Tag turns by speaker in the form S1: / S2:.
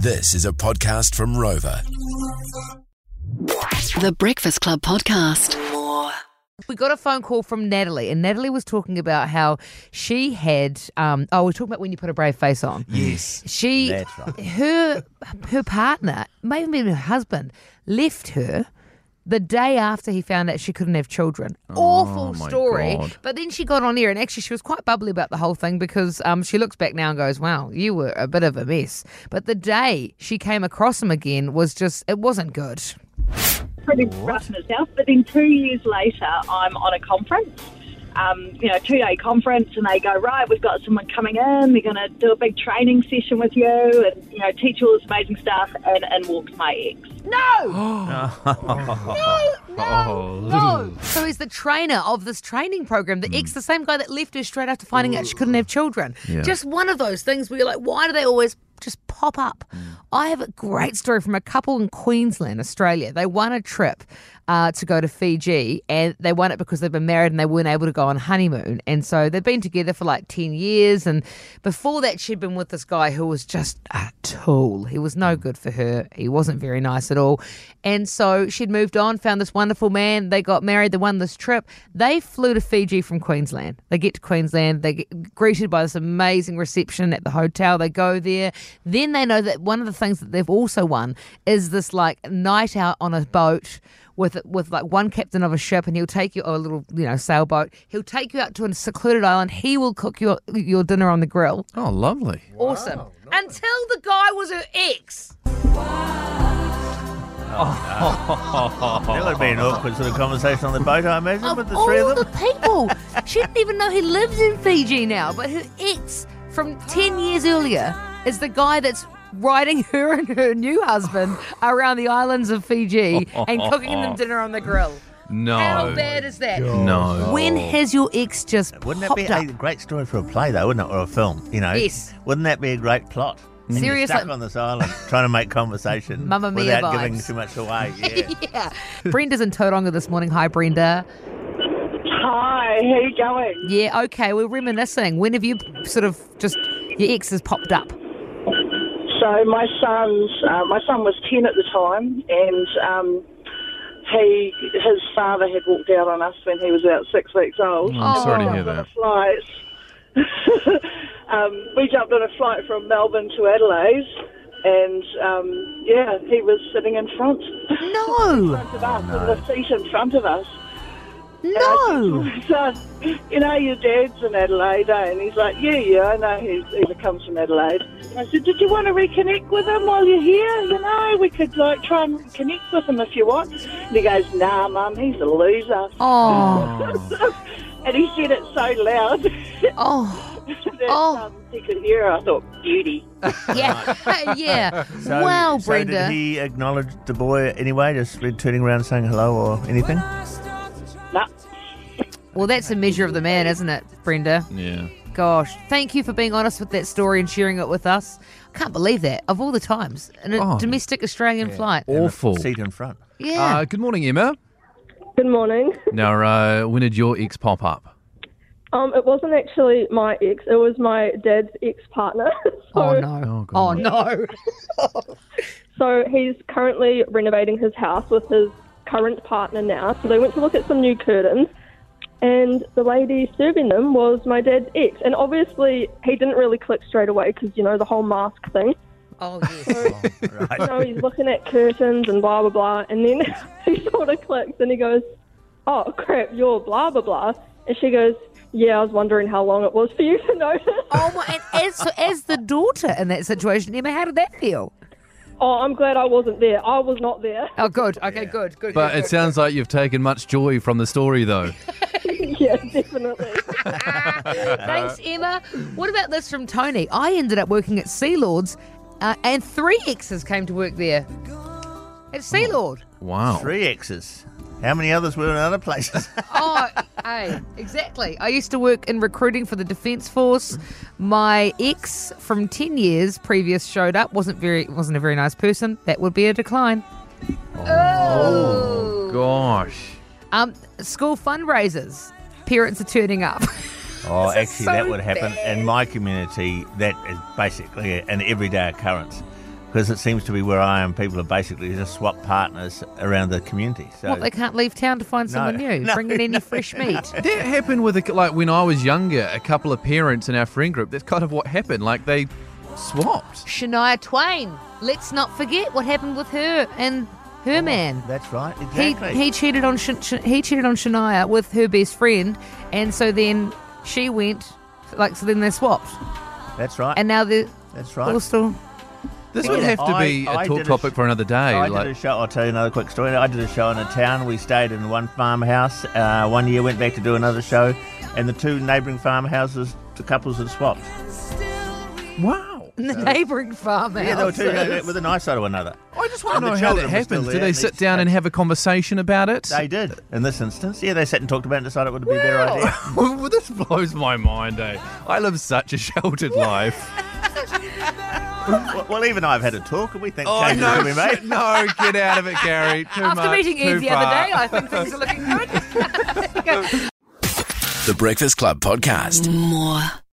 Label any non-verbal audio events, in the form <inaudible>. S1: This is a podcast from Rover.
S2: The Breakfast Club Podcast. More.
S3: We got a phone call from Natalie, and Natalie was talking about how she had. Um, oh, we're talking about when you put a brave face on.
S4: Yes.
S3: She,
S4: That's right.
S3: her, her partner, maybe even her husband, left her the day after he found out she couldn't have children. Awful
S4: Oh, my
S3: story.
S4: God.
S3: But then she got on air, and actually, she was quite bubbly about the whole thing because um, she looks back now and goes, "Wow, you were a bit of a mess." But the day she came across him again was just it wasn't good.
S5: pretty rough in itself. But then two years later, I'm on a conference, um, you know, two day conference, and they go, right, we've got someone coming in, they're going to do a big training session with you, and, you know, teach you all this amazing stuff, and in walks my ex.
S4: Oh,
S3: No, no. So he's the trainer of this training program. The ex, the same guy that left her straight after finding out she couldn't have children. Just one of those things where you're like, why do they always just pop up? I have a great story from a couple in Queensland, Australia. They won a trip uh, to go to Fiji, and they won it because they've been married and they weren't able to go on honeymoon. And so they've been together for like 10 years. And before that, she'd been with this guy who was just a tool. He was no good for her. He wasn't very nice at all. And so she'd moved on, found this wonderful man. They got married. They won this trip. They flew to Fiji from Queensland. They get to Queensland. They get greeted by this amazing reception at the hotel. They go there. Then they know that one of the things that they've also won is this like night out on a boat with with like one captain of a ship, and he'll take you or a little you know sailboat. He'll take you out to a secluded island. He will cook your your dinner on the grill.
S4: Oh, lovely.
S3: awesome. Until the guy was her ex.
S6: That would have been an awkward sort of conversation on the boat, I imagine,
S3: Of
S6: with the
S3: all
S6: three of them.
S3: the people,
S6: <laughs>
S3: she didn't even know he lives in Fiji now. But her ex from ten years earlier is the guy that's. Riding <laughs> her and her new husband around the islands of Fiji and cooking them dinner on the grill.
S4: No.
S3: How bad is that?
S4: No.
S6: Oh.
S3: When has your ex just
S6: Wouldn't that
S3: popped
S6: be
S3: up?
S6: a great story for a play, though, wouldn't it? Or a film, you know?
S3: Yes.
S6: Wouldn't that be a great plot? And you're
S3: Seriously.
S6: Stuck on this island, trying to make
S3: <laughs>
S6: conversation
S3: Mamma Mia
S6: without
S3: vibes.
S6: giving too much
S3: <laughs>
S6: away. Yeah.
S3: yeah. Brenda's in Tauranga this morning. Hi, Brenda.
S5: Hi, how you going?
S3: Yeah, okay, we're reminiscing. When have you sort of just, your ex has popped up?
S5: So my son's uh, my son was ten at the time, and um, he his father had walked out on us when he was about six weeks old.
S4: I'm
S3: Oh.
S4: sorry to
S5: We
S4: hear
S5: jumped on a
S4: that.
S5: flight. <laughs> um, we jumped on a flight from Melbourne to Adelaide, and um, yeah, he was sitting in front,
S3: No,
S5: front of us, in the seat in front of us.
S3: no.
S5: <laughs> So, you know, your dad's in Adelaide, eh? And he's like, yeah, yeah, I know he, he comes from Adelaide. And I said, did you want to reconnect with him while you're here? You know, we could, like, try and connect with him if you want. And he goes, nah, Mum, he's a loser.
S3: Oh,
S5: And he said it so loud <laughs> that
S3: oh, Oh.
S5: um, he could hear her. I thought, beauty.
S3: <laughs> yeah, yeah.
S6: So-
S3: wow,
S6: so
S3: Brenda.
S6: Did he acknowledge the boy anyway, just turning around saying hello or anything?
S5: Nah.
S3: well, that's a measure of the man, isn't it, Brenda?
S6: Oh.
S4: Yeah.
S3: Gosh, thank you for being honest with that story and sharing it with us. I can't believe that, of all the times, in a
S4: Oh.
S3: domestic Australian flight.
S4: Awful.
S6: Seat in front.
S3: Yeah.
S4: Uh, good morning, Emma.
S7: Good morning.
S4: Now, uh, when did your ex pop up?
S7: Um, it wasn't actually my ex; it was my dad's ex-partner. <laughs> so,
S3: oh, no.
S4: God.
S3: Oh, no. <laughs>
S7: so he's currently renovating his house with his current partner now. So they went to look at some new curtains, and the lady serving them was my dad's ex. And obviously, he didn't really click straight away because you know the whole mask
S3: <laughs>
S7: thing.
S3: Oh, yes.
S7: You know, he's looking at curtains and blah blah blah, and then <laughs> he sort of clicks and he goes, "Oh crap, you're blah blah blah," and she goes. Yeah, I was wondering how long it was for you to <laughs> notice.
S3: Oh my! And as, so as the daughter in that situation, Emma, how did that feel?
S7: Oh, I'm glad I wasn't there. I was not there. <laughs>
S3: Oh, good. Okay, good, good.
S4: But
S3: good,
S4: it sounds like you've taken much joy from the story, though.
S7: yeah, definitely.
S3: good. Thanks, Emma. What about this from Tony? I ended up working at Sea Lords, uh, and three exes came to work there. At Sea Lord.
S4: <laughs> Wow.
S6: Three X's. How many others were in other places? <laughs>
S3: Oh, hey, exactly. I used to work in recruiting for the Defence Force. My ex from ten years previous showed up. wasn't very wasn't a very nice person. That would be a decline. Oh.
S4: Gosh.
S3: Um, school fundraisers. Parents are turning up. <laughs>
S6: Oh,
S3: This is
S6: actually,
S3: so
S6: that would happen in my community. That is basically an everyday occurrence. because it seems to be where I am. People are basically just swap partners around the community. So
S3: What, they can't leave town to find someone new?
S6: <laughs> no,
S3: Bringing any fresh meat?
S4: That happened with a, like when I was younger. A couple of parents in our friend group. That's kind of what happened. Like they swapped.
S3: Shania Twain. Let's not forget what happened with her and her man.
S6: that's right.
S3: He,
S6: Oh, Exactly.
S3: he cheated on Shan- Shan- he cheated on Shania with her best friend, and so then she went like so. Then they swapped,
S6: that's right.
S3: and now they're
S6: that's right.
S3: all still.
S4: This would have to be
S6: I-
S4: a
S6: I
S4: talk
S6: did a
S4: topic
S6: sh-
S4: for another day.
S6: I
S4: like
S6: did a show. I'll tell you another quick story. I did a show in a town. We stayed in one farmhouse. Uh, one year went back to do another show, and the two neighbouring farmhouses, the couples had swapped. <laughs>
S4: wow.
S3: In the neighbouring farmhouse.
S6: Yeah, they
S3: <laughs>
S6: were two uh, with a nice side to another.
S4: I just want
S6: And
S4: to
S6: the
S4: know how that
S6: children were still
S4: happens. Do
S6: there
S4: they
S6: and
S4: sit
S6: they-
S4: down and have a conversation about it?
S6: They did in this instance. Yeah, they sat and talked about it and decided it would be a better <laughs> idea.
S4: <laughs> Well, this blows my mind, eh? I live such a sheltered life.
S6: well, well, even I've had a talk, and we think changes
S4: Oh, no,
S6: will be made.
S4: shit, no, get out of it, <laughs> Gary. Too
S3: After
S4: much,
S3: meeting
S4: too
S3: Eve the other
S4: far.
S3: day, I think things are looking good.
S1: The Breakfast Club Podcast.
S2: more.